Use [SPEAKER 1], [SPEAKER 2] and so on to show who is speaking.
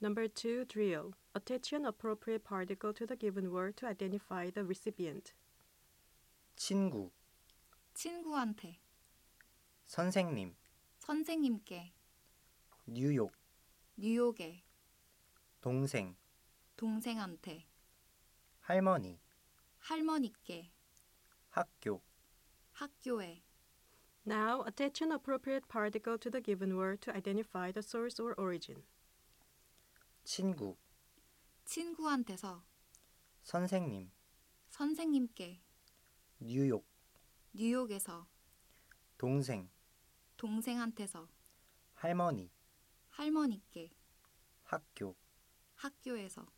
[SPEAKER 1] Number two, drill. Attach an appropriate particle to the given word to identify the recipient.
[SPEAKER 2] 친구,
[SPEAKER 3] 친구한테,
[SPEAKER 2] 선생님,
[SPEAKER 3] 선생님께,
[SPEAKER 2] 뉴욕,
[SPEAKER 3] 뉴욕에,
[SPEAKER 2] 동생,
[SPEAKER 3] 동생한테,
[SPEAKER 2] 할머니,
[SPEAKER 3] 할머니께,
[SPEAKER 2] 학교,
[SPEAKER 3] 학교에,
[SPEAKER 1] Now, attach an appropriate particle to the given word to identify the source or origin.
[SPEAKER 2] 친구,
[SPEAKER 3] 친구한테서,
[SPEAKER 2] 선생님,
[SPEAKER 3] 선생님께,
[SPEAKER 2] 뉴욕,
[SPEAKER 3] 뉴욕에서,
[SPEAKER 2] 동생,
[SPEAKER 3] 동생한테서,
[SPEAKER 2] 할머니,
[SPEAKER 3] 할머니께,
[SPEAKER 2] 학교.
[SPEAKER 3] 학교에서.